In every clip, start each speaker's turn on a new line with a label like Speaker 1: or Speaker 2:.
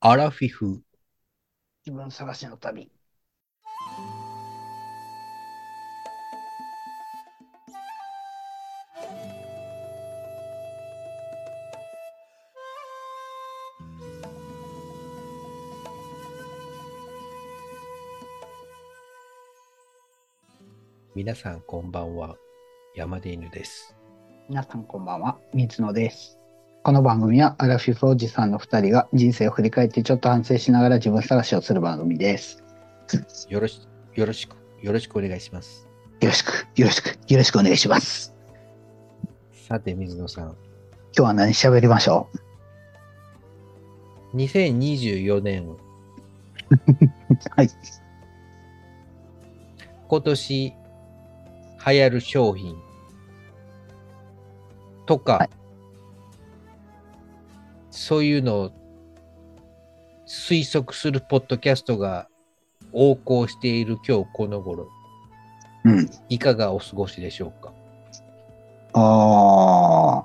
Speaker 1: アラフィフ。
Speaker 2: 自分探しの旅。
Speaker 1: 皆さんこんばんは。山で犬です。
Speaker 2: 皆さんこんばんは、水野です。この番組はアラフィフおじさんの2人が人生を振り返ってちょっと反省しながら自分探しをする番組です。
Speaker 1: よろし、よろしく、よろしくお願いします。
Speaker 2: よろしく、よろしく、よろしくお願いします。
Speaker 1: さて、水野さん。
Speaker 2: 今日は何喋りましょう
Speaker 1: 2024年、
Speaker 2: はい。
Speaker 1: 今年、流行る商品とか、
Speaker 2: はい
Speaker 1: そういうのを推測するポッドキャストが横行している今日この頃、
Speaker 2: うん。
Speaker 1: いかがお過ごしでしょうか
Speaker 2: ああ。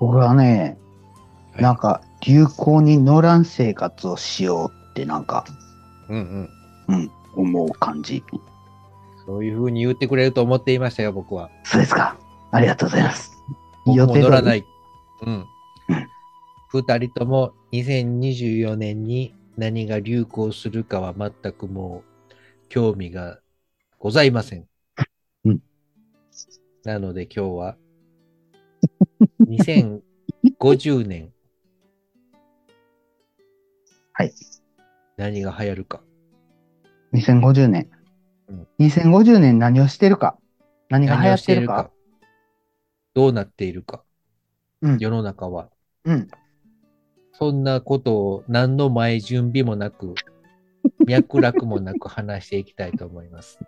Speaker 2: 僕はね、
Speaker 1: はい
Speaker 2: なんか流行に乗らん生活をしようってなんか、
Speaker 1: うんうん。
Speaker 2: うん、思う感じ。
Speaker 1: そういうふうに言ってくれると思っていましたよ、僕は。
Speaker 2: そうですか。ありがとうございます。。
Speaker 1: 僕も乗らないい。 うん
Speaker 2: うん。
Speaker 1: 二人とも2024年に何が流行するかは全くもう興味がございません。
Speaker 2: うん
Speaker 1: なので今日は 2050年
Speaker 2: はい。
Speaker 1: 何が流行るか。
Speaker 2: 2050年
Speaker 1: うん。
Speaker 2: 2050年何をしてるか。何が流
Speaker 1: 何
Speaker 2: 行
Speaker 1: を
Speaker 2: っ
Speaker 1: して
Speaker 2: て
Speaker 1: い
Speaker 2: る
Speaker 1: る
Speaker 2: か。
Speaker 1: か。どうなっているか。
Speaker 2: う ん。
Speaker 1: 世の中は。
Speaker 2: うん。
Speaker 1: そんなことを何の前準備もな く、脈絡もなく話していきたいと思います。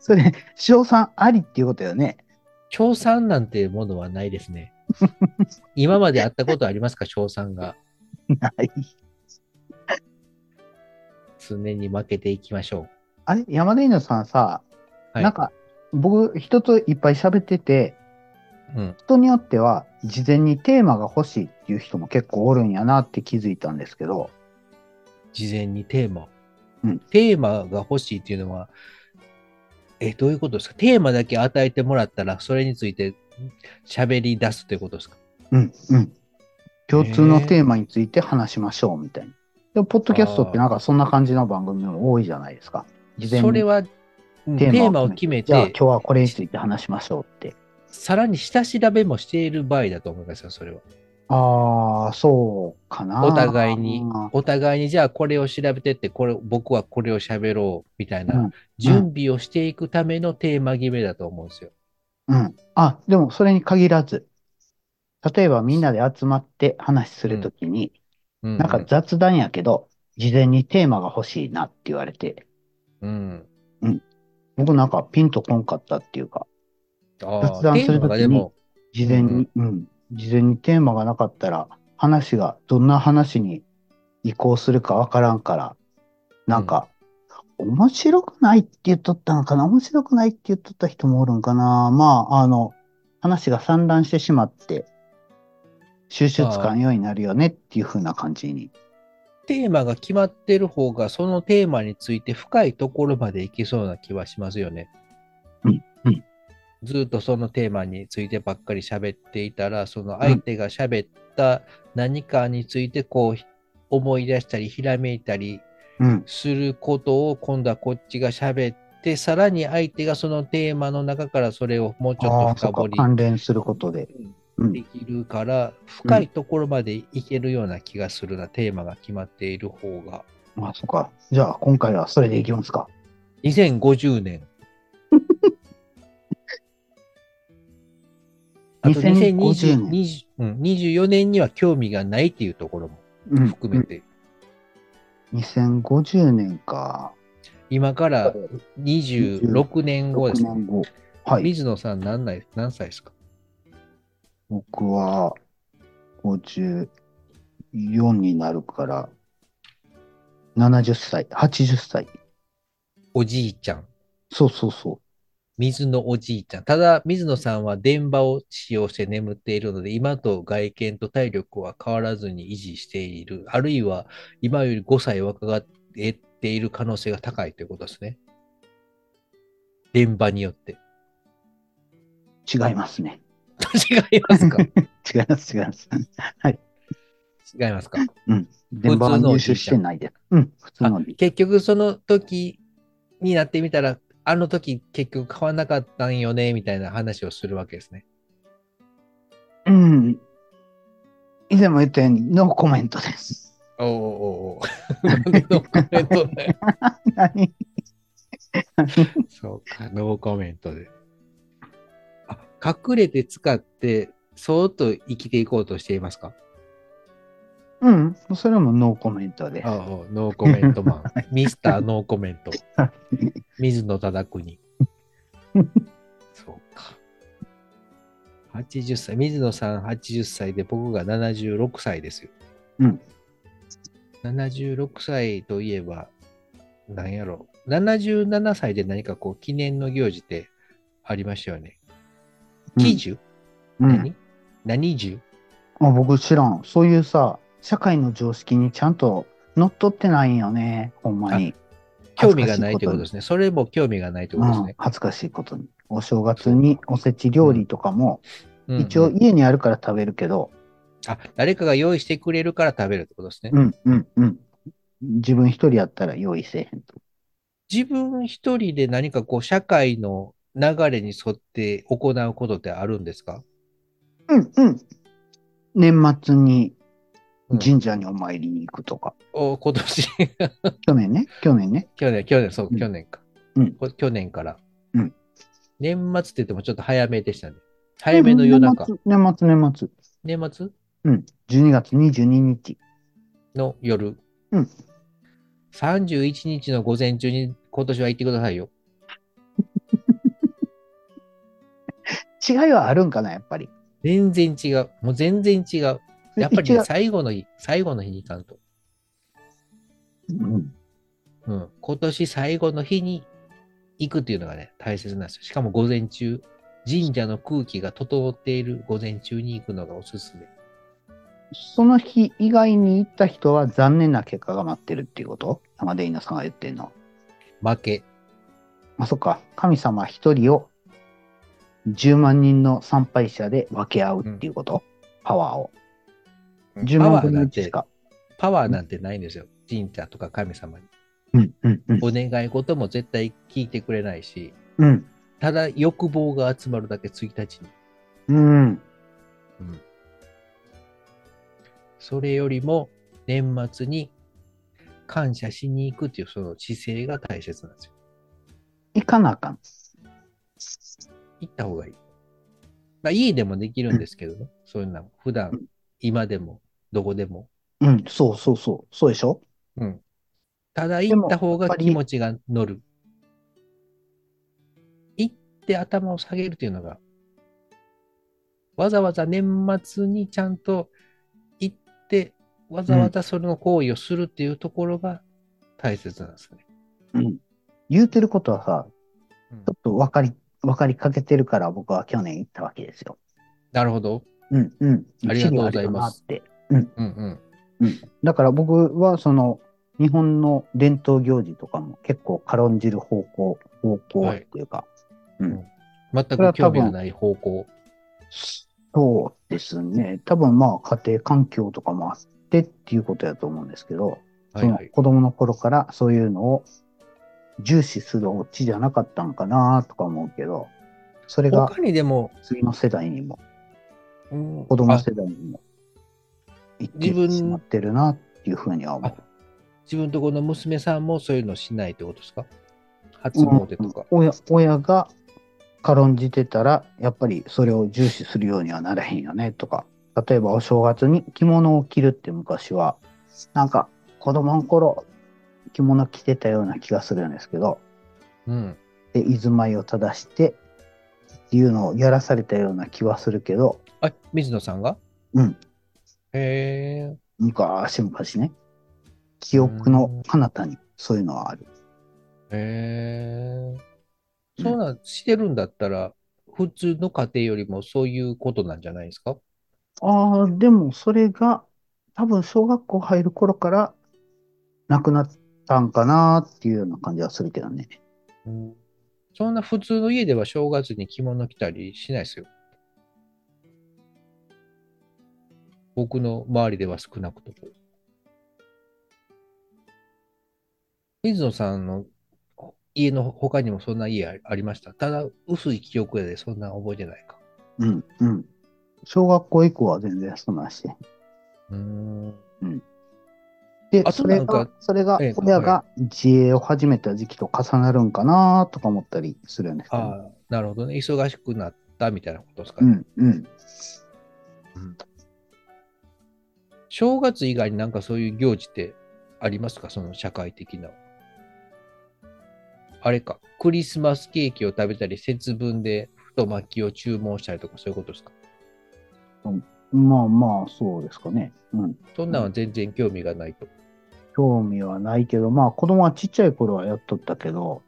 Speaker 2: それ、賞賛ありっていうことよね。
Speaker 1: 賞賛なんてものはないです ね。今まであったことありますか、賞賛が。
Speaker 2: ない。
Speaker 1: 常に負けていきましょ
Speaker 2: あれ山田犬さんさ、
Speaker 1: う。はい、
Speaker 2: なん、か、僕、人といっぱい喋ってて、
Speaker 1: うん、
Speaker 2: 人によっては、事前にテーマが欲しいっていう人も結構おるんやなって気づいたんですけど、
Speaker 1: 事前にテーマ、
Speaker 2: うん
Speaker 1: テーマが欲しいっていうのは、え、どういうことですかテーマだけ与えてもらったら、それについて喋り出すということですか
Speaker 2: うんうん。共通のテーマについて話しましょうみたいな。でも、ポッドキャストってなんかそんな感じの番組も多いじゃないですか。事前に
Speaker 1: それは、うんテ
Speaker 2: テーマを
Speaker 1: ーマを決め
Speaker 2: じゃあ
Speaker 1: て
Speaker 2: 今、日はこれについて話しましょうって。
Speaker 1: さらに下調べもしている場合だと思いますよ、それは。
Speaker 2: ああ、そうかな。
Speaker 1: お互いに
Speaker 2: あー、
Speaker 1: お互いにじゃあこれを調べてって、これ、僕はこれを喋ろうみたい
Speaker 2: うんう、
Speaker 1: なん準備をしていくためのテーマ決めだと思うんですよ。
Speaker 2: うん。あ、でもそれに限らず、例えばみんなで集まって話するときに、
Speaker 1: うん、
Speaker 2: なんか雑談やけど、事前にテーマが欲しいなって言われて、
Speaker 1: うん。
Speaker 2: 僕なんかピンとこんかったっていうか、
Speaker 1: あ
Speaker 2: 雑
Speaker 1: あ、
Speaker 2: 談
Speaker 1: テ
Speaker 2: す
Speaker 1: ー
Speaker 2: る
Speaker 1: マ
Speaker 2: ときに
Speaker 1: がでも、
Speaker 2: 事前に、うん、事前にテーマがなかったら、話がどんな話に移行するかわからんから、なんか、面白くないって言っとったのかな面白くないって言っとった人もおるんかなまあ、あの、話が散乱してしまって、収集つかんようになるよねっていう風な感じに。
Speaker 1: テーマが決まってる方が、そのテーマについて深いところまでいけそうな気はしますよね。
Speaker 2: うんうん
Speaker 1: ずっとそのテーマについてばっかり喋っていたら、その相手が喋った何かについてこう思い出したり、ひらめいたり、
Speaker 2: うん。
Speaker 1: することを今度はこっちが喋って、さらに相手がそのテーマの中からそれをもうちょ
Speaker 2: あ
Speaker 1: っ
Speaker 2: あ、
Speaker 1: と
Speaker 2: そ
Speaker 1: 深
Speaker 2: っか
Speaker 1: 掘。り
Speaker 2: 関連することで。う
Speaker 1: で
Speaker 2: ん。
Speaker 1: きるから、深いところまでいけるような気がするな、テーマが決まっている方が。
Speaker 2: あ、そっか。じゃあ、今回はそれでいきますか。
Speaker 1: 2050年。あと
Speaker 2: 2050
Speaker 1: 2020
Speaker 2: 年。
Speaker 1: 20うん24年には興味がないっていうところも
Speaker 2: うん
Speaker 1: 含めて、
Speaker 2: うん2050年か。
Speaker 1: 今から26年後です
Speaker 2: 6
Speaker 1: ね。
Speaker 2: 年後。はい。
Speaker 1: 水野さん何歳何歳ですか
Speaker 2: 僕は54になるから、70歳、80歳。
Speaker 1: おじいちゃん。
Speaker 2: そうそうそ
Speaker 1: 水野おじいちゃん。ただ、水野さんは電波を使用して眠っているので、今と外見と体力は変わらずに維持している。あるいは、今より5歳若返っている可能性が高いということですね。電波によって。
Speaker 2: 違いますね。
Speaker 1: 違いますか
Speaker 2: 違います、違い ます。
Speaker 1: 違いますか
Speaker 2: 電波は入手してないです。うん、普通
Speaker 1: あ
Speaker 2: ので。
Speaker 1: 結局その時になってみたら、あの時結局買わなかったんよね、みたいな話をするわけですね。
Speaker 2: うん。以前も言ったように、ノーコメントです。
Speaker 1: おうおうおうおうなんでノーコメントで。
Speaker 2: 何
Speaker 1: そうか、ノーコメントで。あ、隠れて使って、そーっと生きていこうとしていますか
Speaker 2: うん、それもノーコメントで
Speaker 1: ああ、ノーコメントマ ン。ミスターノーコメント。
Speaker 2: す。
Speaker 1: 水野忠国。そうか。80歳、水野さん80歳で僕が76歳ですよ。
Speaker 2: うん。
Speaker 1: 76歳といえば、なんやろ。77歳で何かこう記念の行事ってありましたよね。喜寿、
Speaker 2: うん
Speaker 1: 何何寿
Speaker 2: あ僕知らん。そういうさ、社会の常識にちゃんと乗っ取ってないんよね、ほんまに。。
Speaker 1: 興味がないということですすね。それも興味がないという
Speaker 2: う
Speaker 1: ことです
Speaker 2: ん
Speaker 1: ね、。
Speaker 2: 恥ずかしいことに。お正月におせち料理とかも、
Speaker 1: うんうん
Speaker 2: 一応家にあるから食べるけど、
Speaker 1: あ、誰かが用意してくれるから食べるってことですね。
Speaker 2: うんうんうん。自分一人やったら用意せえへんと。
Speaker 1: 自分一人で何かこう社会の流れに沿って行うことってあるんですか
Speaker 2: うんうん。年末に
Speaker 1: うん
Speaker 2: 神社にお参りに行くとか。
Speaker 1: お今年
Speaker 2: 去年ね、去年ね。
Speaker 1: 去年、去年、そう
Speaker 2: う、ん
Speaker 1: 去年か。
Speaker 2: うん
Speaker 1: こ去年から、
Speaker 2: うん
Speaker 1: 年末って言ってもちょっと早めでしたね。早めの夜中。
Speaker 2: 年末、年末、年末。
Speaker 1: 年末
Speaker 2: うん。12月22日。
Speaker 1: の夜。
Speaker 2: うん。
Speaker 1: 31日の午前中に今年は行ってくださいよ。
Speaker 2: 違いはあるんかな、やっぱり。
Speaker 1: 全然違う。もう全然違う。やっぱり、
Speaker 2: 違
Speaker 1: ね
Speaker 2: う、
Speaker 1: 最後の日、最後の日に行かんと。
Speaker 2: うん。
Speaker 1: うん、今年最後の日に行くっていうのがね、大切なんですよ。しかも午前中、神社の空気が整っている午前中に行くのがおすすめ。
Speaker 2: その日以外に行った人は残念な結果が待ってるっていうこと山田稲さんが言ってんの。
Speaker 1: 負け。
Speaker 2: あ、そっか。神様一人を10万人の参拝者で分け合うっていうこと、パワーを。10
Speaker 1: パ
Speaker 2: 万
Speaker 1: ワー
Speaker 2: 分
Speaker 1: な
Speaker 2: の
Speaker 1: ん、
Speaker 2: 1してか。
Speaker 1: パワーなんてないんですよ。神社とか神様に。
Speaker 2: うん、うん、うん。
Speaker 1: お願い事も絶対聞いてくれないし、
Speaker 2: うん、
Speaker 1: ただ欲望が集まるだけ1日に。
Speaker 2: う
Speaker 1: う
Speaker 2: ん。
Speaker 1: んそれよりも年末に感謝しに行くっていうその姿勢が大切なんですよ。
Speaker 2: 行かなあかん。
Speaker 1: 行った方がいい。まあ、家でもできるんですけどね。そういうのは普
Speaker 2: う
Speaker 1: 段
Speaker 2: ん、
Speaker 1: 今でも、どこでも。
Speaker 2: うん、そうそうそう。そうでしょ
Speaker 1: うん。ただ
Speaker 2: で
Speaker 1: 行
Speaker 2: も
Speaker 1: った方
Speaker 2: やっ
Speaker 1: が
Speaker 2: ぱり
Speaker 1: 気持ちが乗る。行って頭を下げるというのが、わざわざ年末にちゃんと行って、わざわざその行為をするっていうところが大切なんですね。
Speaker 2: うん。言うてることはさ、
Speaker 1: うん
Speaker 2: ちょっと分かり、分かりかけてるから僕は去年行ったわけですよ。
Speaker 1: なるほど。
Speaker 2: うん、うん。
Speaker 1: ありがとうございます
Speaker 2: 一理あるよなって。
Speaker 1: うんうん。
Speaker 2: だから僕はその日本の伝統行事とかも結構軽んじる方向、方向っていうか、
Speaker 1: 全
Speaker 2: れ
Speaker 1: く
Speaker 2: は多
Speaker 1: 興味
Speaker 2: 分
Speaker 1: のない方向。
Speaker 2: そうですね。多分まあ家庭環境とかもあってっていうことやと思うんですけど、
Speaker 1: はいは
Speaker 2: その
Speaker 1: い。
Speaker 2: 子供の頃からそういうのを重視するオチじゃなかったんかなとか思うけど、それが
Speaker 1: 他にでも、
Speaker 2: 次の世代にも、
Speaker 1: うん
Speaker 2: 子供
Speaker 1: あ
Speaker 2: 世代にも行っ
Speaker 1: 自分
Speaker 2: てしまってるなっていうふうには思う。
Speaker 1: 自分とこの娘さんもそういうのしないってことですか初詣とか。
Speaker 2: 親親が軽んじてたらやっぱりそれを重視するようにはならへんよねとか例えばお正月に着物を着るって昔はなんか子供の頃着物着てたような気がするんですけど
Speaker 1: うん。
Speaker 2: で居住まいを正してっていうのをやらされたような気はするけど
Speaker 1: あ、水野さんが
Speaker 2: うん
Speaker 1: へえ。
Speaker 2: 昔昔ね記憶の彼方にそういうのはある
Speaker 1: へえ。そうなん、してるんだったら、普通の家庭よりもそういうことなんじゃないですか
Speaker 2: ああ、でもそれが多分小学校入る頃からなくなったんかなっていうような感じはするけどね。
Speaker 1: そんな普通の家では正月に着物着たりしないですよ。僕の周りでは少なくとも。水野さんの家の他にもそんな家あありました。ただ、薄い記憶やでそんな覚えてないか。
Speaker 2: うん、うん。小学校以降は全然そんなんし。
Speaker 1: うん。
Speaker 2: で、
Speaker 1: あと
Speaker 2: それ
Speaker 1: なん
Speaker 2: が
Speaker 1: か、
Speaker 2: それが
Speaker 1: ええ
Speaker 2: 親が自営を始めた時期と重なるんかなとか思ったりするよね。
Speaker 1: ああ、なるほどね。忙しくなったみたいなことですか
Speaker 2: う
Speaker 1: ね。
Speaker 2: ん、うん。
Speaker 1: 正月以外になんかそういう行事ってありますかその社会的な。あれか、クリスマスケーキを食べたり、節分で太巻きを注文したりとか、そういうことですか
Speaker 2: まあまあ、そうですかね。うん。
Speaker 1: そんなんは全然興味がないと。
Speaker 2: 興味はないけど、まあ子供はちっちゃい頃はやっとったけど、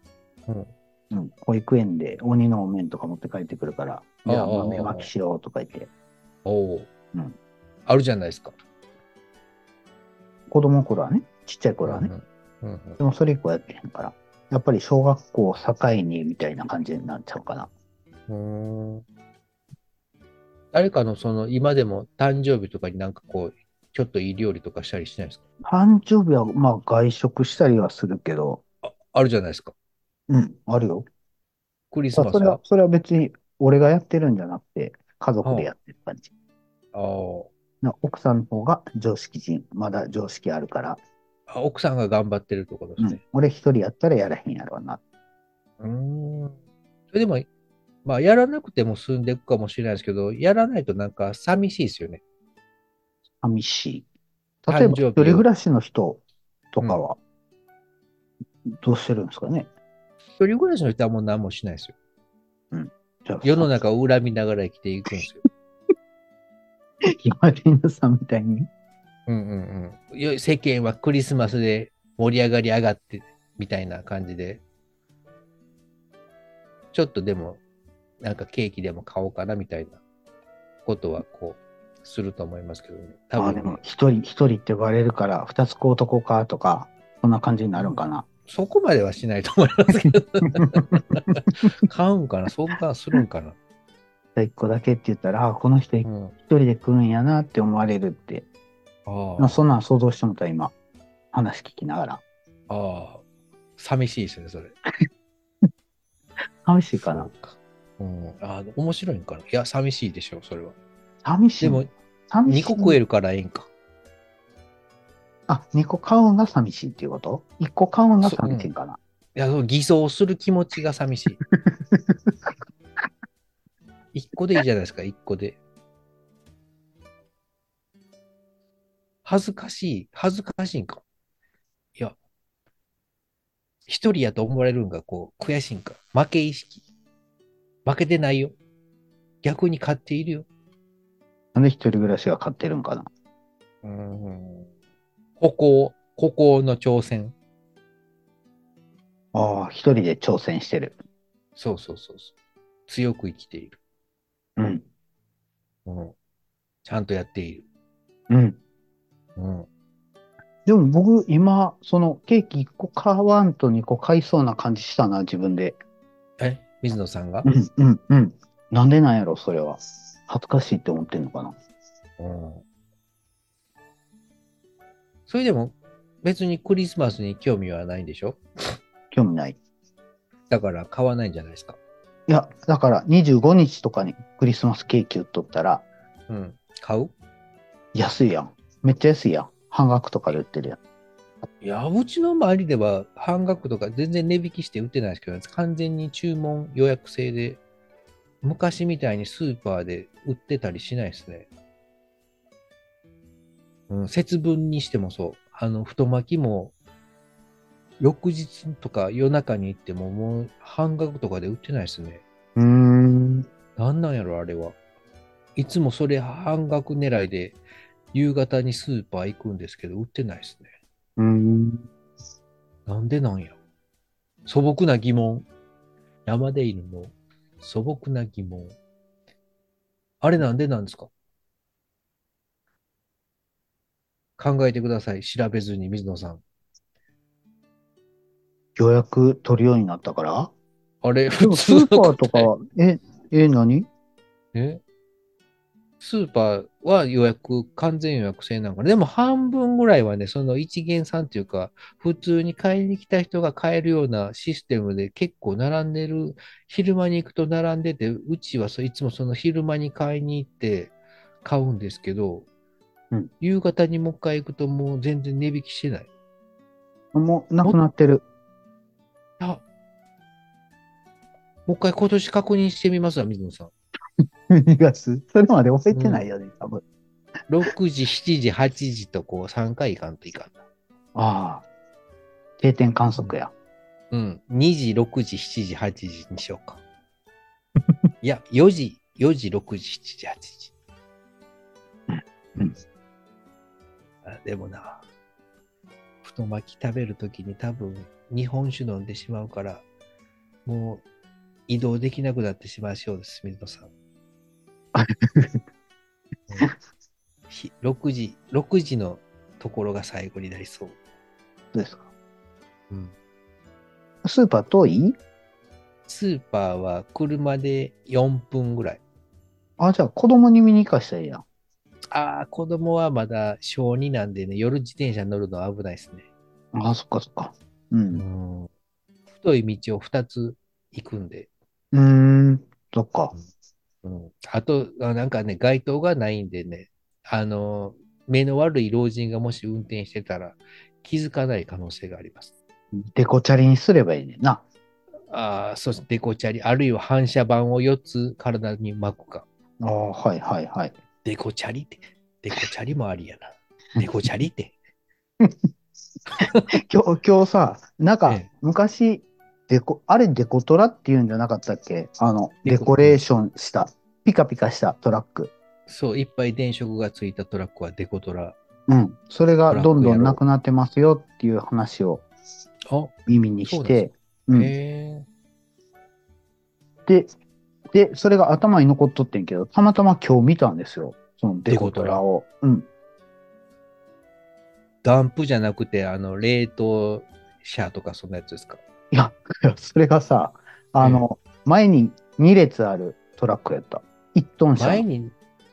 Speaker 1: うん
Speaker 2: うん、保育園で鬼のお面とか持って帰ってくるから、じゃあ
Speaker 1: ああ
Speaker 2: 豆まきしろとか言って、
Speaker 1: おお、
Speaker 2: うん
Speaker 1: あるじゃないですか。
Speaker 2: 子供の頃はね、ちっちゃい
Speaker 1: こ
Speaker 2: 頃はね、
Speaker 1: うんうんうん
Speaker 2: でもそれ以降やってへんから、やっぱり小学校を境にみたいな感じになっちゃうかな。
Speaker 1: うんうーん誰かのその今でも誕生日とかになんかこう、ちょっといい料理とかしたりしないですか
Speaker 2: 誕生日はまあ外食したりはするけど、
Speaker 1: あるじゃないですか。
Speaker 2: うん、あるよ。
Speaker 1: クリス
Speaker 2: まあ
Speaker 1: マス
Speaker 2: それは
Speaker 1: は。、
Speaker 2: それは別に俺がやってるんじゃなくて、家族でやってる感じ。
Speaker 1: あー
Speaker 2: な奥さんの方が常識人、まだ常識あるから、
Speaker 1: あ奥さんが頑張ってるってことです
Speaker 2: う
Speaker 1: ね。
Speaker 2: ん、俺一人やったらやらへんやろうな。
Speaker 1: うーん。それでも、まあ、やらなくても進んでいくかもしれないですけど、やらないとなんか寂しいですよね。
Speaker 2: 寂しい。例え
Speaker 1: 誕
Speaker 2: ば、
Speaker 1: 生日を
Speaker 2: 一人暮らしの人とかは、どうしてるんですかね。
Speaker 1: 一人暮らしの人はもう何もしないですよ。
Speaker 2: じゃあ
Speaker 1: 世の中を恨みながら生きていくんですよ。
Speaker 2: 今リーナさんみたいに。
Speaker 1: うんうんうんいや。世間はクリスマスで盛り上がり上がって、みたいな感じで。ちょっとでも、なんかケーキでも買おうかな、みたいなことは、こう、すると思いますけどね。多
Speaker 2: まあ
Speaker 1: 分
Speaker 2: で
Speaker 1: ね、
Speaker 2: も、一人、一人ってバレるから、二つ子男かとか、そんな感じになるんかな。
Speaker 1: そこまではしないと思いますけど。買うんかなそんなするんかな、
Speaker 2: 一個だけって言ったら、あこの人
Speaker 1: う
Speaker 2: 一
Speaker 1: ん、あ
Speaker 2: 人で食うんやなって思われるって。まあ、
Speaker 1: あ
Speaker 2: そんなん想像してもた今、話聞きながら。
Speaker 1: ああ。寂しいですね、それ。
Speaker 2: 寂しいか
Speaker 1: そ
Speaker 2: な
Speaker 1: う。かうん。ああ、面白いんかな。いや、寂しいでしょう、それは。
Speaker 2: 寂しい。
Speaker 1: でも、
Speaker 2: 寂しい
Speaker 1: 2個食えるからええんか。
Speaker 2: あ、2個買うんが寂しいっていうこと一個買うんが寂しいんかな。
Speaker 1: いや、その偽装する気持ちが寂 しい。1個でいいじゃないですか、1個で。恥ずかしい、恥ずかしいんか。いや、一人やと思われるんが、こう、悔しいんか。負け意識。負けてないよ。逆に勝っているよ。
Speaker 2: なんで一人暮らしが買ってるんかな。
Speaker 1: うん。ここ、ここの挑戦。
Speaker 2: ああ、一人で挑戦してる。
Speaker 1: そうそうそうそう。強く生きている。
Speaker 2: うん。
Speaker 1: うん。ちゃんとやっている。
Speaker 2: うん。
Speaker 1: うん。
Speaker 2: でも僕、今、そのケーキ1個買わんと2個買いそうな感じしたな、自分で。
Speaker 1: え水野さんが、
Speaker 2: うん、うん、うん。なんでなんやろ、それは。恥ずかしいって思ってんのかな。
Speaker 1: うんそれでも別にクリスマスに興味はないんでしょ
Speaker 2: 興味ない。
Speaker 1: だから買わないんじゃないですか。
Speaker 2: いや、だから25日とかにクリスマスケーキ売っとったら、
Speaker 1: うん。買う
Speaker 2: 安いやん。めっちゃ安いやん。半額とかで売ってるやん。
Speaker 1: いや、うちの周りでは半額とか全然値引きして売ってないですけど、完全に注文予約制で、昔みたいにスーパーで売ってたりしないですね。うん、節分にしてもそう。あの、太巻きも、翌日とか夜中に行ってももう半額とかで売ってないですね。
Speaker 2: うーん。
Speaker 1: なんなんやろ、あれは。いつもそれ半額狙いで、夕方にスーパー行くんですけど、売ってないですね。
Speaker 2: うーん。
Speaker 1: なんでなんや。素朴な疑問。山で犬の素朴な疑問。あれなんでなんですか考えてください。調べずに、水野さん。
Speaker 2: 予約取るようになったから
Speaker 1: あれ、
Speaker 2: で
Speaker 1: 普
Speaker 2: もス
Speaker 1: 通の
Speaker 2: ーパーと
Speaker 1: 答え
Speaker 2: か、え、え、何
Speaker 1: えスーパーは予約、完全予約制なのかな。でも半分ぐらいはね、その一元さんというか、普通に買いに来た人が買えるようなシステムで結構並んでる、昼間に行くと並んでて、うちはそういつもその昼間に買いに行って買うんですけど、
Speaker 2: うん
Speaker 1: 夕方にもう一回行くともう全然値引きしてない。
Speaker 2: もうなくなってる。
Speaker 1: あもう一回今年確認してみますわ、水野さん。
Speaker 2: 2月。それまで覚えてないよね、多分。
Speaker 1: 6時、7時、8時とこう3回行かんといかんな。
Speaker 2: ああ。定点観測や。
Speaker 1: うん、2時、6時、7時、8時にしようか。 いや、4時、4時、6時、7時、8時。
Speaker 2: うんうん
Speaker 1: あでもな、太巻き食べるときに多分日本酒飲んでしまうから、もう移動できなくなってしまいそうです、水野 さん。ひ6時、6時のところが最後になりそう。
Speaker 2: どうですか
Speaker 1: うん
Speaker 2: スーパー遠い
Speaker 1: スーパーは車で4分ぐらい。
Speaker 2: あ、じゃあ子供に見に行かしたらいいやん。
Speaker 1: ああ、子供はまだ小2なんでね、夜自転車乗るのは危ないですね。
Speaker 2: ああ、そっかそっか。うん。
Speaker 1: ん。太い道を2つ行くんで。
Speaker 2: うーん、そっか。
Speaker 1: うん。あと、あなんかね、街灯がないんでね、あの、目の悪い老人がもし運転してたら気づかない可能性があります。
Speaker 2: デコチャリにすればいいねんな。
Speaker 1: ああ、そしてデコチャリ、あるいは反射板を4つ体に巻くか。
Speaker 2: ああ、はいはいはい。
Speaker 1: デコチャリって、デコチャリもあり やな。デコチャリって。
Speaker 2: 今日、今日さ、なんか
Speaker 1: ええ
Speaker 2: 昔、デコ、あれデコトラっていうんじゃなかったっけあの、
Speaker 1: デ
Speaker 2: デ
Speaker 1: コ
Speaker 2: コレーションした、ピカピカしたトラック。
Speaker 1: そう、いっぱい電飾がついたトラックはデコトラ。
Speaker 2: うん。それ
Speaker 1: トラッ
Speaker 2: が
Speaker 1: ク
Speaker 2: どんど
Speaker 1: やろ
Speaker 2: ん
Speaker 1: う
Speaker 2: なくなってますよっていう話を
Speaker 1: あ、
Speaker 2: 耳にして、
Speaker 1: へ
Speaker 2: うん。
Speaker 1: え。
Speaker 2: で、で、それが頭に残っとってんけど、たまたま今日見たんですよ。そのデコトラを。うん。
Speaker 1: ダンプじゃなくて、あの、冷凍車とかそんなやつですか。
Speaker 2: いや、いやそれがさ、あの、前に2列あるトラックやった。1トン車。
Speaker 1: 前に、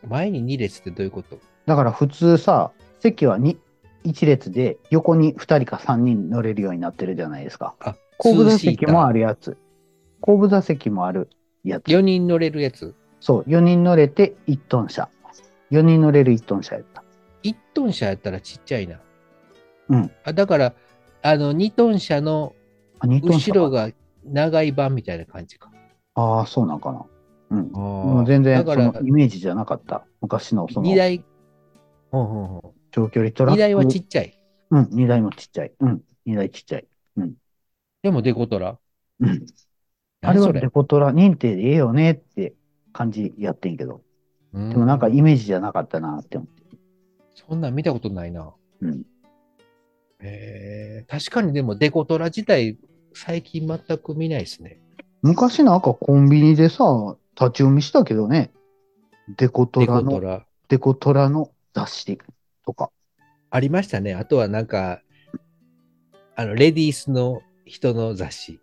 Speaker 1: 前に2列ってどういうこと
Speaker 2: だから普通さ、席はに1列で横に2人か3人乗れるようになってるじゃないですか。
Speaker 1: あ、
Speaker 2: 後部座席もあ
Speaker 1: る。
Speaker 2: るやつ。後部座席もあるやつ。
Speaker 1: 4人乗れるやつ。
Speaker 2: そう、4人乗れて1トン車。4人乗れる1トン車やった。
Speaker 1: 1トン車やったらちっちゃいな。
Speaker 2: うん。
Speaker 1: あだから、あの、2トン車の
Speaker 2: あ、2トン
Speaker 1: 後
Speaker 2: 車
Speaker 1: ろ
Speaker 2: か。
Speaker 1: が長い版みたいな感じか。
Speaker 2: ああ、そうなんかな。うん。も
Speaker 1: も
Speaker 2: う全然
Speaker 1: だ
Speaker 2: そ
Speaker 1: から
Speaker 2: の、イメージじゃなかった。昔のその
Speaker 1: 2台、ほんほんほ
Speaker 2: 長距離ト
Speaker 1: ん
Speaker 2: ラック。
Speaker 1: 2台はちっちゃい。
Speaker 2: うん、2台もちっちゃい。うん、2台ちっちゃい。
Speaker 1: でもデコトラ。
Speaker 2: うん。あ
Speaker 1: 何
Speaker 2: れは
Speaker 1: それ
Speaker 2: デコトラ認定でええよねって感じやってんけど。
Speaker 1: うん
Speaker 2: でもなんかイメージじゃなかったなって思って。
Speaker 1: そんなん見たことないな。
Speaker 2: うん。
Speaker 1: へえ確かにでもデコトラ自体、最近全く見ないですね。
Speaker 2: 昔なんかコンビニでさ、立ち読みしたけどね。デコト
Speaker 1: デ
Speaker 2: ラ
Speaker 1: コト
Speaker 2: の、
Speaker 1: ラ。
Speaker 2: デコトラの雑誌とか。
Speaker 1: ありましたね。あとはなんか、あの、レディースの人の雑誌。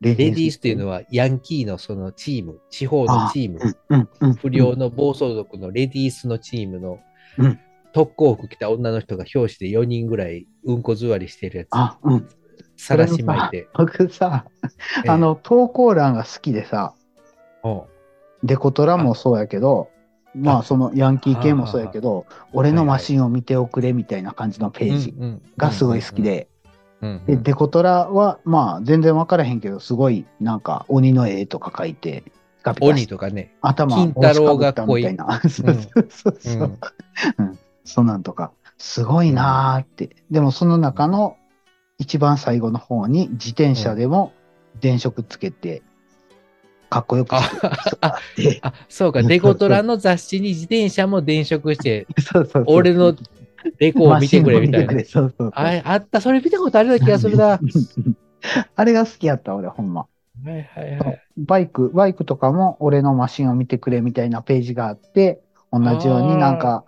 Speaker 2: レ
Speaker 1: レディースっていうの
Speaker 2: は、
Speaker 1: はヤンキーのそのチーム、地方のチーム、
Speaker 2: うん、うん、うん。
Speaker 1: 不良の暴走族のレディースのチームの
Speaker 2: うん
Speaker 1: 特攻服着た女の人が表紙で4人ぐらいうんこ座りしてるや
Speaker 2: あ、うん。
Speaker 1: つ、さらしまいて。
Speaker 2: 僕さ、
Speaker 1: ええ
Speaker 2: あ、の、投稿欄が好きでさ、
Speaker 1: うん
Speaker 2: デコトラもそうやけど、まあそのヤンキー系もそうやけど、俺のマシンを見ておくれみたいな感じのページ
Speaker 1: うんうん
Speaker 2: がすごい好きで、
Speaker 1: うんうんうん
Speaker 2: で、デコトラはまあ全然わからへんけど、すごいなんか鬼の絵とか描いて、ピカピカ
Speaker 1: 鬼
Speaker 2: して
Speaker 1: とかね。
Speaker 2: 頭
Speaker 1: 金太郎が
Speaker 2: 帽子かぶったみたいな。そうそうそうう、
Speaker 1: ん
Speaker 2: そんなんとか、すごいなーって。でもその中の一番最後の方に自転車でも電飾つけて、かっこよくしてる人があって、
Speaker 1: あ、そうか、
Speaker 2: うん
Speaker 1: デコトラの雑誌に自転車も電飾 して、
Speaker 2: そうそうそう
Speaker 1: 俺のレコを見てくれみたい
Speaker 2: マシンを見てく
Speaker 1: な
Speaker 2: れ。そうそうそう
Speaker 1: ああった、それ見たことあるような気がするな。
Speaker 2: あれが好きやった、俺、ほんま。
Speaker 1: はいはいはい。
Speaker 2: バイク、バイクとかも俺のマシンを見てくれみたいなページがあって、同じようになんか、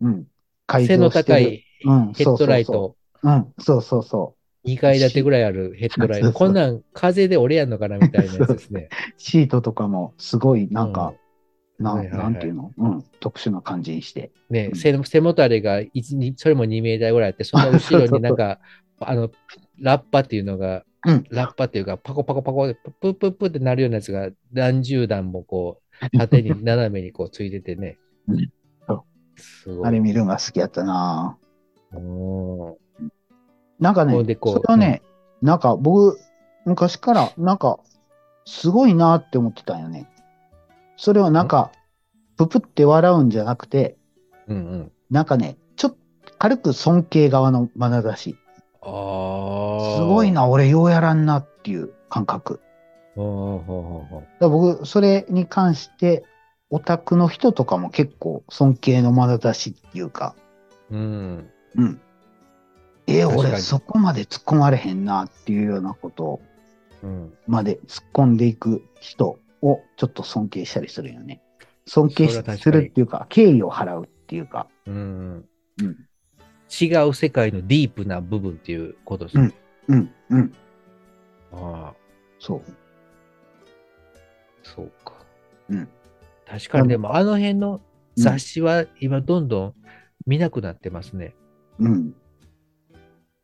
Speaker 2: うん、改
Speaker 1: 背
Speaker 2: 造
Speaker 1: の
Speaker 2: して
Speaker 1: 高
Speaker 2: る。
Speaker 1: い
Speaker 2: うん、
Speaker 1: ヘッドライ
Speaker 2: そ
Speaker 1: ト、
Speaker 2: うそうそう。うん、そうそうそ
Speaker 1: 2階建てぐらいあるヘッドライト。
Speaker 2: そうそ
Speaker 1: こ
Speaker 2: う
Speaker 1: んなん風で折れやんのかなみたいなやつですね。
Speaker 2: う。シートとかもすごいなんか、な
Speaker 1: はいはいはい
Speaker 2: なんていうのうん、特殊な感じにして。
Speaker 1: ね、背背もたれが一にそれも2メーターぐらいあって、その後ろになんか、あの、ラッパっていうのが、
Speaker 2: うん
Speaker 1: ラッパっていうか、パコパコパコで、プップップってなるようなやつが、何十段もこう、縦に斜めにこうついててね
Speaker 2: うんそう。
Speaker 1: すご
Speaker 2: あれ
Speaker 1: い。
Speaker 2: 見るのが好きやったな
Speaker 1: うん
Speaker 2: なんか
Speaker 1: ほ
Speaker 2: ね
Speaker 1: んで、こう
Speaker 2: それはね、なんか僕、昔から、なんか、すごいなって思ってたんよね。それはなんか、ププって笑うんじゃなくて、
Speaker 1: うんうん。
Speaker 2: なんかね、ちょっと軽く尊敬側の眼差し。
Speaker 1: あ
Speaker 2: す
Speaker 1: あ。
Speaker 2: ごい。な、俺ようやらんなっていう感覚。
Speaker 1: うんうんうんうん
Speaker 2: だから僕、それに関して、オタクの人とかも結構尊敬の眼差しっていうか、
Speaker 1: うん。
Speaker 2: うん。え、
Speaker 1: 確かに
Speaker 2: 俺そこまで突っ込まれへんなっていうようなことを
Speaker 1: うん。
Speaker 2: まで突っ込んでいく人をちょっと尊敬したりするよね。尊敬
Speaker 1: それは確かに
Speaker 2: するっていうか、敬意を払うっていうか。
Speaker 1: うん。
Speaker 2: うん、
Speaker 1: 違う世界のディープな部分っていうことですね。
Speaker 2: うん、うん。
Speaker 1: ああ、
Speaker 2: そう。
Speaker 1: そうか。
Speaker 2: うん。
Speaker 1: 確かに、でもあの辺の
Speaker 2: うん
Speaker 1: 雑誌は今どんどん見なくなってますね。
Speaker 2: うん。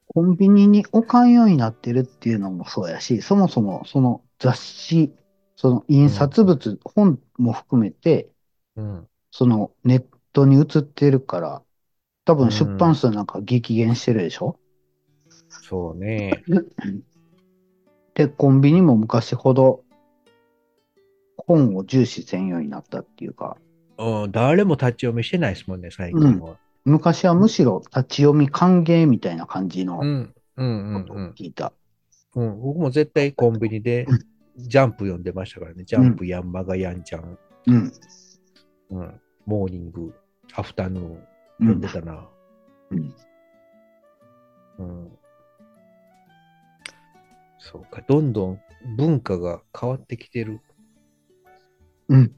Speaker 2: コンビニに置かんようになってるっていうのもそうやし、そもそもその雑誌、その印刷物、本も含めて、
Speaker 1: うん。
Speaker 2: そのネットに移ってるから、多分出版数なんか激減してるでしょ、
Speaker 1: そうね。
Speaker 2: で、コンビニも昔ほど本を重視せんようになったっていうか、
Speaker 1: うん、誰も立ち読みしてないですもんね、最近は。
Speaker 2: 昔はむしろ立ち読み歓迎みたいな感じの
Speaker 1: う
Speaker 2: こ
Speaker 1: ん。うんうん
Speaker 2: と
Speaker 1: う
Speaker 2: を
Speaker 1: ん。
Speaker 2: 聞いた。
Speaker 1: うん、僕も絶対コンビニで
Speaker 2: うん
Speaker 1: ジャンプ読んでましたからね。ジャンプ、ヤンマガ、ヤンちゃん、
Speaker 2: うん。
Speaker 1: うん、モーニング、アフタヌーン
Speaker 2: う
Speaker 1: 読ん
Speaker 2: ん
Speaker 1: で。たな。
Speaker 2: うん
Speaker 1: うん。そうか、どんどん文化が変わってきてる。
Speaker 2: うん。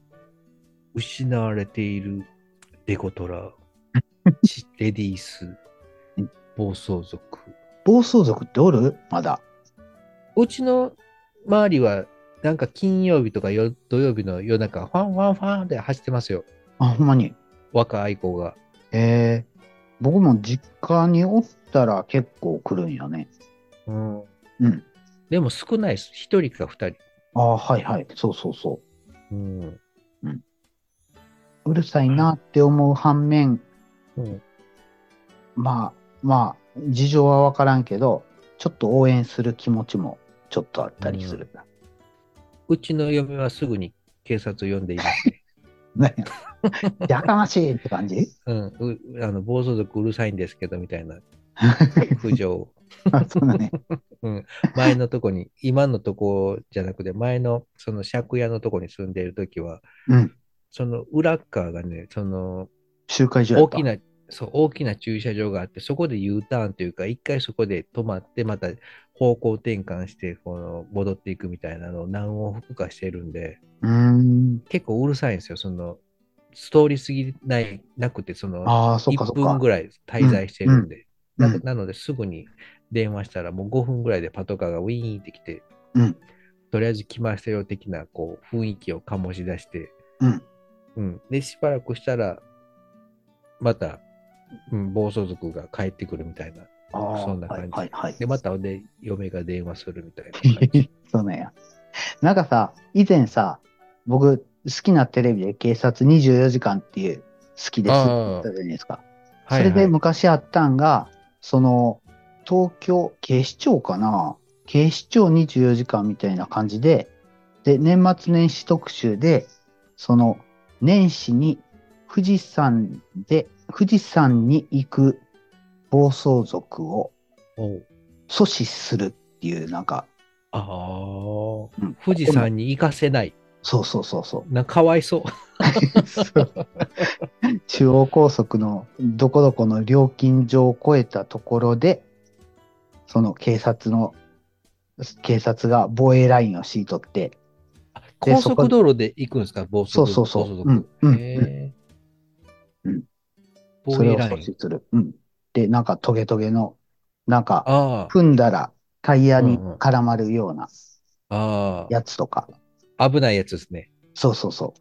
Speaker 1: 失われているデコト ラ、チレディース
Speaker 2: うん、
Speaker 1: 暴走族。
Speaker 2: 暴走族っておるまだ。
Speaker 1: うちの周りは、なんか金曜日とかよ土曜日の夜中、ファンファンファンって走ってますよ。
Speaker 2: あ、ほんまに。
Speaker 1: 若愛子が。
Speaker 2: えー、僕も実家におったら結構来るんやね。
Speaker 1: うん。
Speaker 2: うん。
Speaker 1: でも少ないです。一人か二人。
Speaker 2: ああ、はいはい。そうそうそ
Speaker 1: うん。
Speaker 2: う。うるさいなって思う反面、
Speaker 1: うん。
Speaker 2: まあまあ事情は分からんけどちょっと応援する気持ちもちょっとあったりする。
Speaker 1: うちの嫁はすぐに警察を呼んでい ますね。
Speaker 2: ね やかましいって感 じ
Speaker 1: うん。うあの暴走族うるさいんですけど、みた いな苦情を。
Speaker 2: そうだね。
Speaker 1: 前のとこに、 今のとこじゃなくて、前のその借家のとこに住んでいるときは、
Speaker 2: うん。
Speaker 1: その裏っ側がね、その
Speaker 2: 集会所やっ
Speaker 1: 大
Speaker 2: た。
Speaker 1: きな、そう、大きな駐車場があって、そこで U ターンというか、一回そこで止まって、また方向転換して、この戻っていくみたいなのを何往復かしてるんで、
Speaker 2: うーん。
Speaker 1: 結構うるさいんですよ、その、ストーリーすぎない、なくて、その、
Speaker 2: ああ、そっか
Speaker 1: 1
Speaker 2: そっ
Speaker 1: 分
Speaker 2: か。
Speaker 1: ぐらい滞在してるんで、
Speaker 2: う
Speaker 1: なんなのですぐに電話したら、もう5分ぐらいでパトカーがウィーンって来て、
Speaker 2: うん
Speaker 1: とりあえず来ましたよ的なこう雰囲気を醸し出して、
Speaker 2: うん
Speaker 1: うんで、しばらくしたら、また、うん、暴走族が帰ってくるみたいな。
Speaker 2: ああ
Speaker 1: そんな感じ
Speaker 2: はいはい
Speaker 1: で、
Speaker 2: は
Speaker 1: またで嫁が電話するみたいな 感じ。
Speaker 2: い。 そうなんや。なんかさ、以前さ、僕、好きなテレビで警察24時間っていう、好きですって言ったじゃないですか。それで
Speaker 1: はいはい
Speaker 2: 昔あったんが、その、東京、警視庁かな警視庁24時間みたいな感じで、で、年末年始特集で、その、年始に富士山で、富士山に行く暴走族を
Speaker 1: おう
Speaker 2: 阻止するっていう、なんか、
Speaker 1: あー
Speaker 2: うん
Speaker 1: 富士山に行かせない。
Speaker 2: そうそうそうそう。
Speaker 1: なかわいそう。
Speaker 2: そう 中央高速のどこどこの料金所を越えたところで、その警察の警察が防衛ラインを敷いとって、 で
Speaker 1: 高
Speaker 2: そこ
Speaker 1: 速道路で行くんですか高速
Speaker 2: そうそうそ
Speaker 1: 高
Speaker 2: う
Speaker 1: 速
Speaker 2: うんうん
Speaker 1: へー
Speaker 2: うん
Speaker 1: 防
Speaker 2: それ
Speaker 1: 衛
Speaker 2: を
Speaker 1: ラ
Speaker 2: 阻
Speaker 1: イン。
Speaker 2: 止する。うん。で、なんかトゲトゲの、なんか、
Speaker 1: あ
Speaker 2: 踏んだらタイヤに
Speaker 1: うんうん
Speaker 2: 絡まるような
Speaker 1: あ、あ
Speaker 2: やつとか。
Speaker 1: あ、危ないやつですね。
Speaker 2: そうそうそ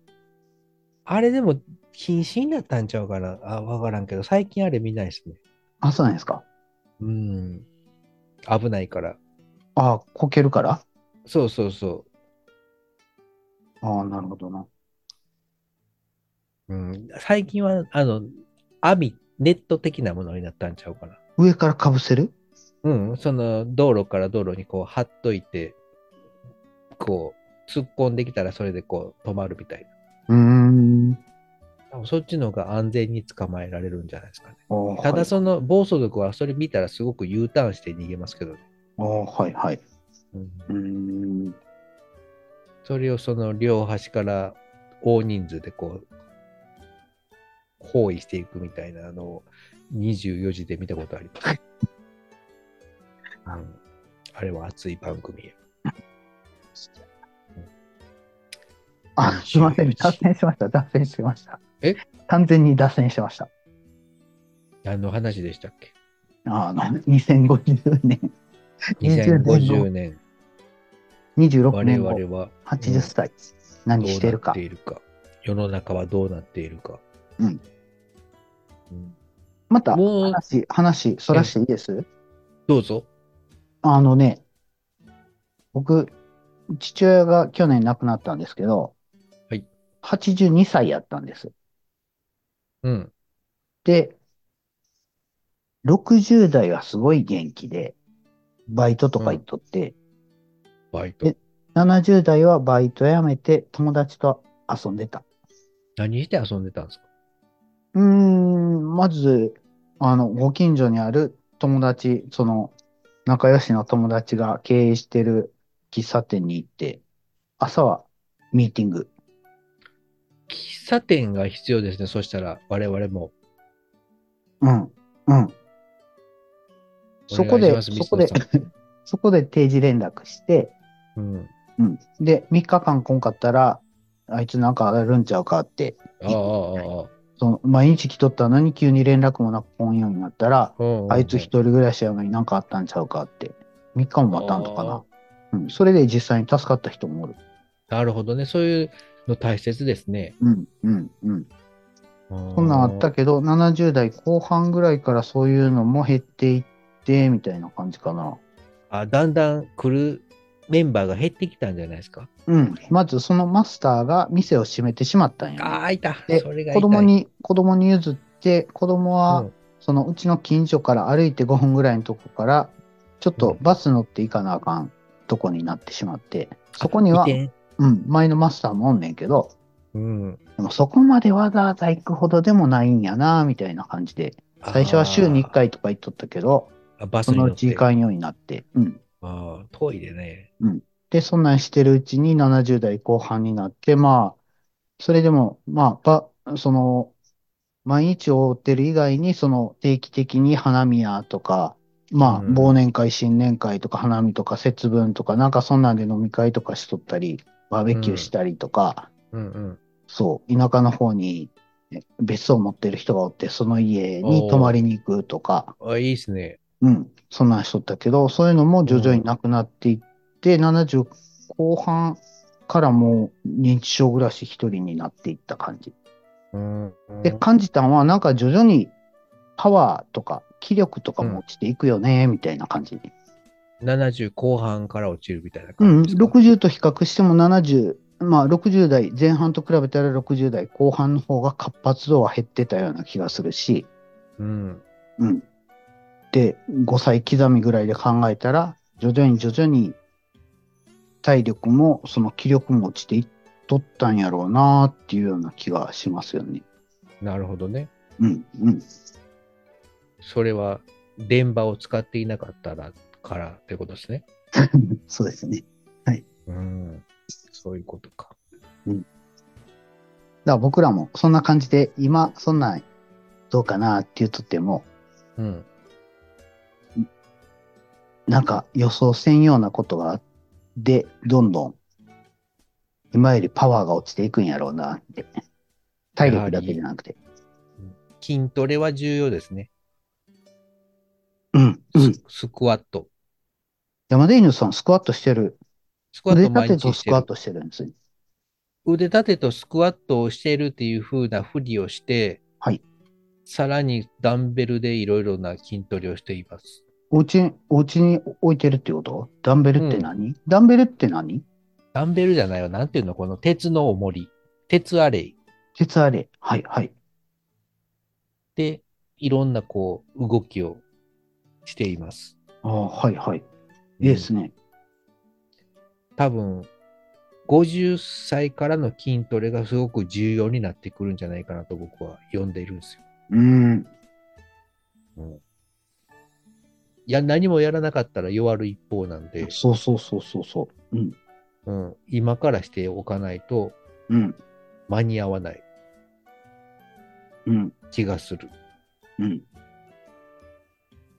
Speaker 1: あれでも禁止になったんちゃうかなあ、わからんけど、最近あれ見ないですね。
Speaker 2: う。あ、そうなんですか。
Speaker 1: うん。危ないから。
Speaker 2: ああ、こけるから
Speaker 1: そうそうそ
Speaker 2: ああ、なるほどな。
Speaker 1: う。うん。最近は、あの、網、ネット的なものになったんちゃうかな。
Speaker 2: 上からかぶせる
Speaker 1: うん。その、道路から道路にこう、貼っといて、こう、突っ込んできたらそれでこう、止まるみたいな。
Speaker 2: うーん。
Speaker 1: 多分そっちの方が安全に捕まえられるんじゃないですかね。
Speaker 2: おー
Speaker 1: た
Speaker 2: はい
Speaker 1: だその暴走族はそれ見たらすごく U ターンして逃げますけどね、
Speaker 2: おーはいはい。
Speaker 1: うん
Speaker 2: うーん。
Speaker 1: それをその両端から大人数でこう、包囲していくみたいなのを24時で見たことあります。うんあれは熱い番組や。
Speaker 2: あ、すいません。
Speaker 1: 21
Speaker 2: 脱線しました。脱線しました。
Speaker 1: え
Speaker 2: 完全に脱線しました。
Speaker 1: 何の話でしたっけ
Speaker 2: あの、2050年、
Speaker 1: ?2050 年、
Speaker 2: 26
Speaker 1: 我
Speaker 2: 年
Speaker 1: 々
Speaker 2: 後、
Speaker 1: は
Speaker 2: 80歳。何して
Speaker 1: どう
Speaker 2: る
Speaker 1: なっ
Speaker 2: か
Speaker 1: て。いるか。世の中はどうなっているか。
Speaker 2: うん
Speaker 1: うん。
Speaker 2: また、
Speaker 1: もう
Speaker 2: 話、話、そらしていいです
Speaker 1: どうぞ。
Speaker 2: あのね、僕、父親が去年亡くなったんですけど、
Speaker 1: はい
Speaker 2: 82歳やったんです。
Speaker 1: うん。
Speaker 2: で、60代はすごい元気で、バイトとか行っとって、
Speaker 1: バイト
Speaker 2: え。70代はバイト辞めて友達と遊んでた。
Speaker 1: 何して遊んでたんですか
Speaker 2: うーん、まず、あの、ご近所にある友達、その、仲良しの友達が経営してる喫茶店に行って、朝はミーティング。
Speaker 1: 喫茶店が必要ですね。そしたら我々も。
Speaker 2: うん、うん。そこで
Speaker 1: お願いします
Speaker 2: そこで
Speaker 1: 水野さん
Speaker 2: そこで定時連絡して、
Speaker 1: うん。
Speaker 2: うん。で、3日間来んかったら、あいつなんかあるんちゃうかって、
Speaker 1: ああ、ああ、あ
Speaker 2: その、毎日来とったのに急に連絡もなく来んようになったら、
Speaker 1: あうん。
Speaker 2: あいつ一人暮らしやのになんかあったんちゃうかって、3日も待ったんとかな。うん。それで実際に助かった人もおる。
Speaker 1: なるほどね。そういうの大切ですね。
Speaker 2: うん、うん、うん。
Speaker 1: こ
Speaker 2: そんなんあったけど、70代後半ぐらいからそういうのも減っていって、みたいな感じかな。
Speaker 1: あだんだん来るメンバーが減ってきたんじゃないですか。
Speaker 2: うん。まずそのマスターが店を閉めてしまったんや、
Speaker 1: ああ、いた。
Speaker 2: で
Speaker 1: それが痛い
Speaker 2: 子供、に、子供に譲って、子供
Speaker 1: う
Speaker 2: は、
Speaker 1: ん
Speaker 2: そのうちの近所から歩いて5分ぐらいのとこから、ちょっと
Speaker 1: うん
Speaker 2: バス乗って行かなあかんとこになってしまって、そこには
Speaker 1: 移、転
Speaker 2: うん、前のマスターもおんねんけど、
Speaker 1: うん。
Speaker 2: でもそこまでわざわざ行くほどでもないんやな、みたいな感じで、最初は週に1回とか行っとったけど、
Speaker 1: あー。バス
Speaker 2: そ
Speaker 1: に
Speaker 2: の
Speaker 1: 乗
Speaker 2: う
Speaker 1: って
Speaker 2: ち行かんようになって。うん。
Speaker 1: ああ、遠いでね。
Speaker 2: で、そんなんしてるうちに70代後半になって、まあ、それでも、まあ、ば、その、毎日覆ってる以外に、その、定期的に花見やとか、まあ、
Speaker 1: うん
Speaker 2: 忘年会、新年会とか、花見とか、節分とか、なんかそんなんで飲み会とかしとったり、バーベキューしたりとか、
Speaker 1: うんうん。
Speaker 2: そう、田舎の方にえ別荘持ってる人がおって、その家に泊まりに行くとか、
Speaker 1: あいいですね。
Speaker 2: うん、そんなんしとったけど、そういうのも徐々になくなっていって、70後半からもう認知症暮らし一人になっていった感じ。
Speaker 1: うん。
Speaker 2: で、感じたんは、なんか徐々にパワーとか気力とかも落ちていくよね、みたいな感じ。
Speaker 1: 70後半から落ちるみたいな
Speaker 2: うん、
Speaker 1: 感じですか。
Speaker 2: 60と比較しても70、まあ60代前半と比べたら60代後半の方が活発度は減ってたような気がするし、
Speaker 1: うん。
Speaker 2: うん。で、5歳刻みぐらいで考えたら、徐々に徐々に体力もその気力も落ちていっとったんやろうなっていうような気がしますよね。
Speaker 1: なるほどね。
Speaker 2: うん、うん。
Speaker 1: それは電波を使っていなかったらからってことですね。
Speaker 2: そうですね。だか
Speaker 1: うん。そういうことか。
Speaker 2: ら僕らもそんな感じで、今そんなんどうかなって言っとっても、
Speaker 1: うん。
Speaker 2: なんか予想せんようなことがあって、どんどん、今よりパワーが落ちていくんやろうなって。体力だけじゃなくて。
Speaker 1: 筋トレは重要ですね。
Speaker 2: うん、うん。
Speaker 1: ススクワット。
Speaker 2: 山田犬さん、スクワットしてる。
Speaker 1: スクワッ
Speaker 2: 腕
Speaker 1: ト
Speaker 2: 立
Speaker 1: 毎
Speaker 2: て
Speaker 1: 日
Speaker 2: と
Speaker 1: し
Speaker 2: ス
Speaker 1: て
Speaker 2: クワッ
Speaker 1: る。
Speaker 2: トしてるんですよ。
Speaker 1: 腕立てとスクワットをしてるっていう風なふりをして、
Speaker 2: はい
Speaker 1: さらにダンベルでいろいろな筋トレをしています。
Speaker 2: おうち、おうちに置いてるってことダンベルって何、ダンベルって何
Speaker 1: ダンベルじゃないわ。なんていうのこの鉄の重り。鉄アレイ。
Speaker 2: 鉄あれ。はい、はい。
Speaker 1: で、いろんなこう、動きをしています。
Speaker 2: ああ、はい、はい。いいですね。
Speaker 1: 多分、50歳からの筋トレがすごく重要になってくるんじゃないかなと僕は読んでいるんですよ。
Speaker 2: うん。
Speaker 1: いや、何もやらなかったら弱る一方なんで、
Speaker 2: そうそうそうそうそう。うん。
Speaker 1: うん、今からしておかないと
Speaker 2: うん。
Speaker 1: 間に合わない
Speaker 2: うん。
Speaker 1: 気がする。
Speaker 2: うん。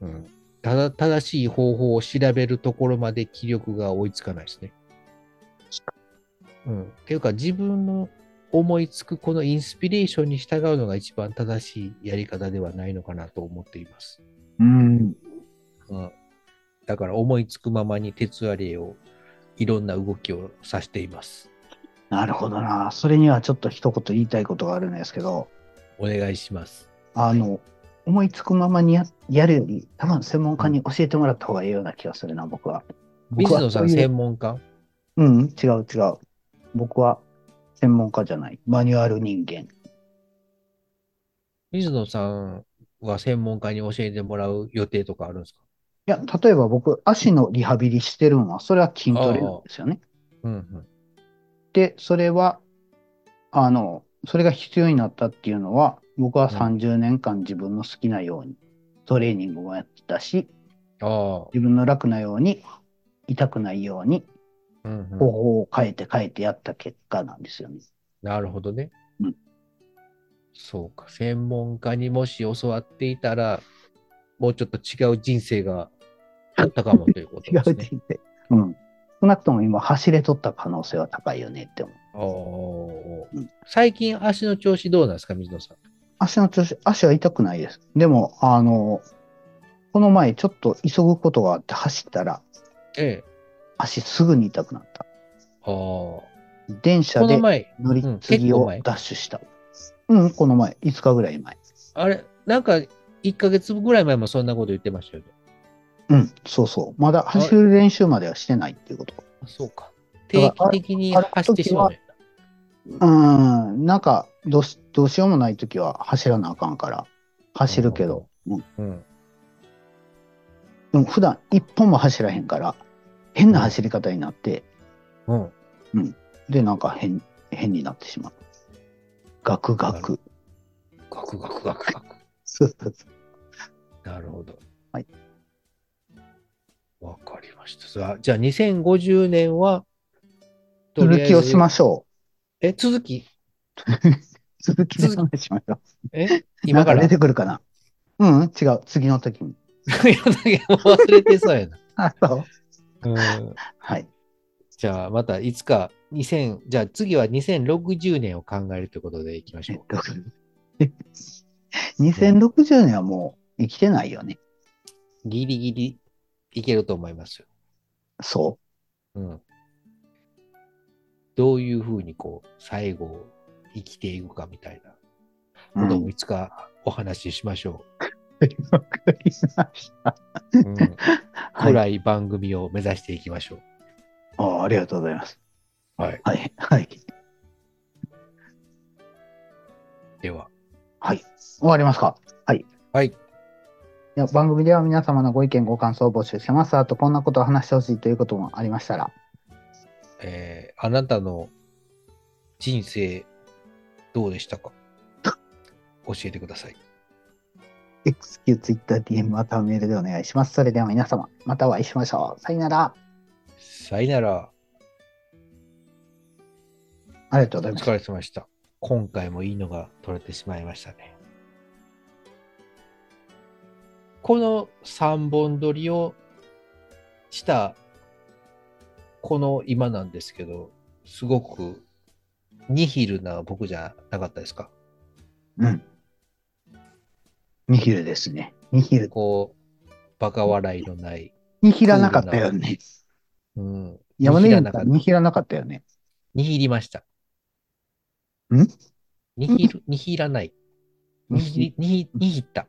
Speaker 1: うん、ただ、正しい方法を調べるところまで気力が追いつかないですね。うん。っていうか、自分の思いつくこのインスピレーションに従うのが一番正しいやり方ではないのかなと思っています。
Speaker 2: うん。
Speaker 1: うん。だから、思いつくままに鉄アレイを、いろんな動きをさせています。
Speaker 2: なるほどな。それにはちょっと一言言いたいことがあるんですけど、
Speaker 1: お願いします。
Speaker 2: あの、思いつくままにややるより、多分専門家に教えてもらった方がいいような気がするな、僕は。僕
Speaker 1: 水
Speaker 2: は
Speaker 1: 野さ、
Speaker 2: そうんいう
Speaker 1: 専門家
Speaker 2: うん、違う違う。僕は専門家じゃない。マニュアル人間。
Speaker 1: 水野さんは専門家に教えてもらう予定とかあるんですか
Speaker 2: いや、例えば僕、足のリハビリしてるのは、それは筋トレなんですよね。
Speaker 1: うんうん。
Speaker 2: で、それは、あの、それが必要になったっていうのは、僕は30年間自分の好きなようにトレーニングもやってたし、
Speaker 1: あ
Speaker 2: 自分の楽なように、痛くないように、
Speaker 1: あ。うんうん
Speaker 2: 方法を変えて変えてやった結果なんですよね。
Speaker 1: なるほどね。
Speaker 2: うん
Speaker 1: そうか。専門家にもし教わっていたら、もうちょっと違う人生があったかもということ
Speaker 2: 違
Speaker 1: で
Speaker 2: う
Speaker 1: す
Speaker 2: 人
Speaker 1: ね。
Speaker 2: 生。うん。少なくとも今、走れとった可能性は高いよねって思う。
Speaker 1: おー
Speaker 2: うん
Speaker 1: 最近足の調子どうなんですか、水野さん。
Speaker 2: 足の調子、足は痛くないです。でも、あの、この前ちょっと急ぐことがあって走ったら、
Speaker 1: ええ。
Speaker 2: 足すぐに痛くなった。
Speaker 1: ああ。こ
Speaker 2: 電車で
Speaker 1: の前、
Speaker 2: 乗り継ぎ
Speaker 1: うん結構
Speaker 2: を
Speaker 1: 前
Speaker 2: ダッシュした。うん、この前、5日ぐらい前。
Speaker 1: あれ、なんか1ヶ月ぐらい前もそんなこと言ってましたよね。
Speaker 2: うん、そうそう。まだ走る練習まではしてないっていうこと。
Speaker 1: あそうか。定
Speaker 2: だ
Speaker 1: 期
Speaker 2: から
Speaker 1: 的に
Speaker 2: ある時は
Speaker 1: 走ってしまうね。
Speaker 2: うん、なんかどうし、どうしようもないときは走らなあかんから、走るけど、うん、
Speaker 1: うん。
Speaker 2: でも普段一本も走らへんから、変な走り方になって、
Speaker 1: うん。
Speaker 2: で、なんか変、変になってしまう。ガクガク。
Speaker 1: ガクガクガクガク。
Speaker 2: そうそうそう
Speaker 1: なるほど。
Speaker 2: はい。
Speaker 1: わかりました。さあ、じゃあ2050年は、とりあえ
Speaker 2: 続
Speaker 1: ず
Speaker 2: きをしましょ
Speaker 1: え、続き
Speaker 2: う。続きで話しましょう。
Speaker 1: え 今
Speaker 2: 今か
Speaker 1: からら
Speaker 2: 出てくるかなうん、違う。次の時に。
Speaker 1: いやだけど忘れてそうやな。
Speaker 2: あ、そう。
Speaker 1: うん。
Speaker 2: はい。
Speaker 1: じゃあ、またいつか2000、じゃあ次は2060年を考えるということでいきましょう。
Speaker 2: 2060年はもう生きてないよね。
Speaker 1: ギリギリいけると思いますよ。
Speaker 2: そ
Speaker 1: うん。どういうふうにこう、最後生きていくかみたいな
Speaker 2: う。
Speaker 1: こと
Speaker 2: う
Speaker 1: も
Speaker 2: ん
Speaker 1: いつかお話ししましょ
Speaker 2: わかりました。
Speaker 1: う。うん
Speaker 2: はい。
Speaker 1: 暗い番組を目指していきましょう。
Speaker 2: あありがとうございます。
Speaker 1: はい。
Speaker 2: はい。はい。
Speaker 1: では。
Speaker 2: はい。終わりますか
Speaker 1: はい。
Speaker 2: いや番組では皆様のご意見、ご感想を募集してます。あと、こんなことを話してほしいということもありましたら、
Speaker 1: えーあなたの人生どうでしたか教えてください。
Speaker 2: XQ、Twitter、DM、またはメールでお願いします。それでは皆様、またお会いしましょう。さよなら。
Speaker 1: さよなら。
Speaker 2: ありがとう
Speaker 1: お
Speaker 2: ございまし
Speaker 1: 疲
Speaker 2: た。
Speaker 1: れ様でした。今回もいいのが取れてしまいましたね。この3本撮りをしたこの今なんですけど、すごくニヒルな僕じゃなかったですか。
Speaker 2: うん。ニヒルですね。ニヒル。
Speaker 1: こう、バカ笑いのない。
Speaker 2: ニヒらなかったよね。
Speaker 1: うん。
Speaker 2: 山
Speaker 1: ニ
Speaker 2: 根
Speaker 1: ヒら
Speaker 2: さ
Speaker 1: なかった
Speaker 2: ん、ニヒらなかったよね。
Speaker 1: ニヒりました。
Speaker 2: ん
Speaker 1: ニヒる、ニヒらない。ニ
Speaker 2: ニ
Speaker 1: ヒ
Speaker 2: ヒ
Speaker 1: り、ニヒ、ニヒった。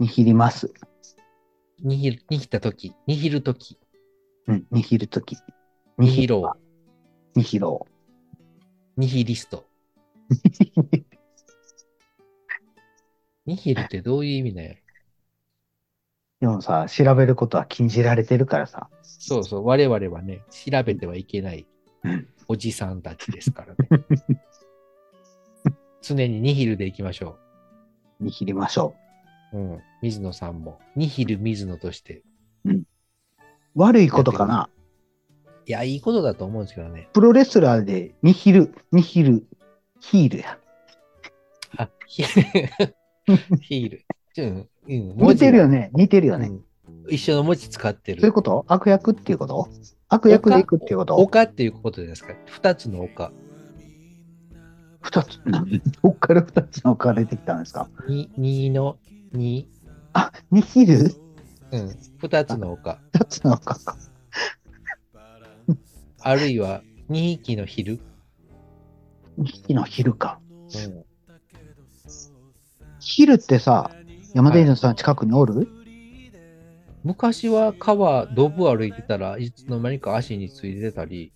Speaker 2: ニヒります。
Speaker 1: ニヒる、ニヒった時。ニヒる時。
Speaker 2: うん、ニヒるとき。
Speaker 1: ニヒろ
Speaker 2: う。ニヒろ
Speaker 1: う。ニヒリスト。
Speaker 2: う。
Speaker 1: ニヒルってどういう意味なんやろ
Speaker 2: でもさ、調べることは禁じられてるからさ。
Speaker 1: そうそう、我々はね、調べてはいけない
Speaker 2: うん
Speaker 1: おじさんたちですから ね。常にニヒルでいきましょ
Speaker 2: ニヒりましょ
Speaker 1: う。うん。水野さんも、ニヒル水野として。
Speaker 2: う。悪いことかな。
Speaker 1: いや、いいことだと思うんですけどね。
Speaker 2: プロレスラーでニヒル、ニヒル、ヒールや。
Speaker 1: あ、ヒール。ヒール。うん。うん、
Speaker 2: 似てるよ
Speaker 1: ね。
Speaker 2: ね。似てるよね。
Speaker 1: 一緒の文字使ってる。
Speaker 2: そういうこと悪役っていうこと悪役でいくっていうこと
Speaker 1: 丘っていうことじゃないですか。二つの丘。
Speaker 2: 二つ、な どっから二つの顔出てきたんですか
Speaker 1: に、にの、に、
Speaker 2: あ、ニヒル
Speaker 1: うん。二つの丘。
Speaker 2: 二つの顔か。
Speaker 1: あるいは、二匹の昼。
Speaker 2: ニヒのヒルか。
Speaker 1: うん。
Speaker 2: ヒルってさ、山田さん近くにおる、
Speaker 1: 昔は川、ドブ歩いてたらいつの間にか足についてたり、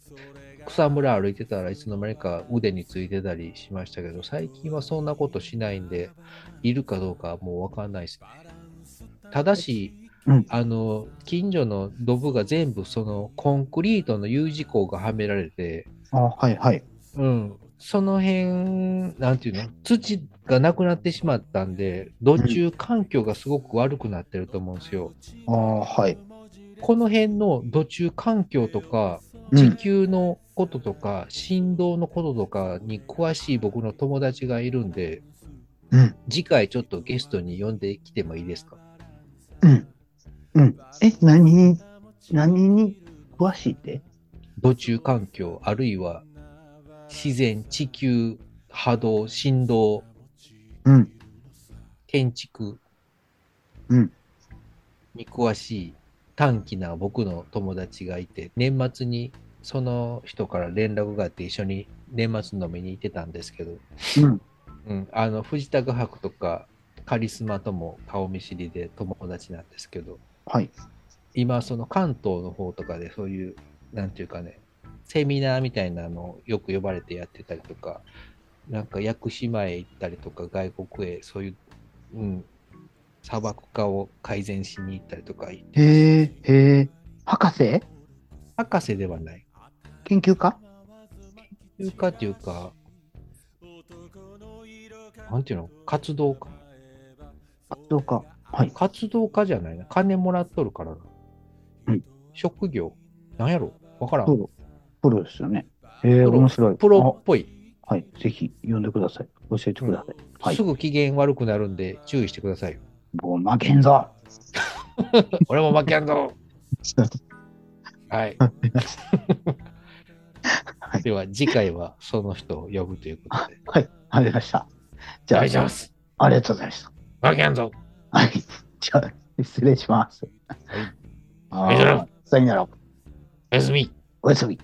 Speaker 1: 草むら歩いてたらいつの間にか腕についてたりしましたけど、最近はそんなことしないんで、いるかどうかはもうわかんないですね。ただし、
Speaker 2: うん
Speaker 1: あの、近所のドブが全部そのコンクリートの U 字工がはめられて、
Speaker 2: あ、はいはい。
Speaker 1: うん、その辺、なんていうの、土がなくなってしまったんで、土中環境がすごく悪くなってると思うんですよ。
Speaker 2: あはい。
Speaker 1: この辺の土中環境とか、
Speaker 2: う
Speaker 1: 地
Speaker 2: ん。
Speaker 1: 球のこととか、振動のこととかに詳しい僕の友達がいるんで、
Speaker 2: うん。
Speaker 1: 次回ちょっとゲストに呼んできてもいいですか
Speaker 2: うん。うん。え、何に、何に詳しいって
Speaker 1: 土中環境、あるいは自然、地球、波動、振動、
Speaker 2: うん。
Speaker 1: 建築
Speaker 2: うん
Speaker 1: に詳しい短気な僕の友達がいて、年末にその人から連絡があって一緒に年末飲みに行ってたんですけど、
Speaker 2: うん。
Speaker 1: うん、あの藤田画伯とかカリスマとも顔見知りで友達なんですけど
Speaker 2: はい。
Speaker 1: 今その関東の方とかでそういうなんていうかねセミナーみたいなのをよく呼ばれてやってたりとかなんか屋久島へ行ったりとか外国へそういう、うん、砂漠化を改善しに行ったりとか
Speaker 2: へえ、へえ。博士
Speaker 1: 博士ではない
Speaker 2: 研究家
Speaker 1: というかというかなんていうの活動家
Speaker 2: 活動家。はい。
Speaker 1: 活動家じゃないな。金もらっとるからな。
Speaker 2: うん
Speaker 1: 職業なんやろわから
Speaker 2: プ
Speaker 1: ん。
Speaker 2: ロ。プロですよね。へえ、
Speaker 1: プロ
Speaker 2: 面白い。
Speaker 1: プロっぽい。
Speaker 2: あはい。ぜひ、読んでください。教えてください。はい
Speaker 1: す。ぐ機嫌悪くなるんで注意してくだ さいよ。
Speaker 2: もう負けんぞ。
Speaker 1: 俺も負けんぞ はい。
Speaker 2: はい。
Speaker 1: では次回はその人を呼ぶということで。
Speaker 2: はい。ありがとうございました。じゃ
Speaker 1: お
Speaker 2: あ、
Speaker 1: 願いします。
Speaker 2: ありがとうございました。
Speaker 1: 負けんぞ
Speaker 2: はい。じゃあ、失礼します。
Speaker 1: はい
Speaker 2: あー。さよなら。
Speaker 1: おやすみ
Speaker 2: おやすみ。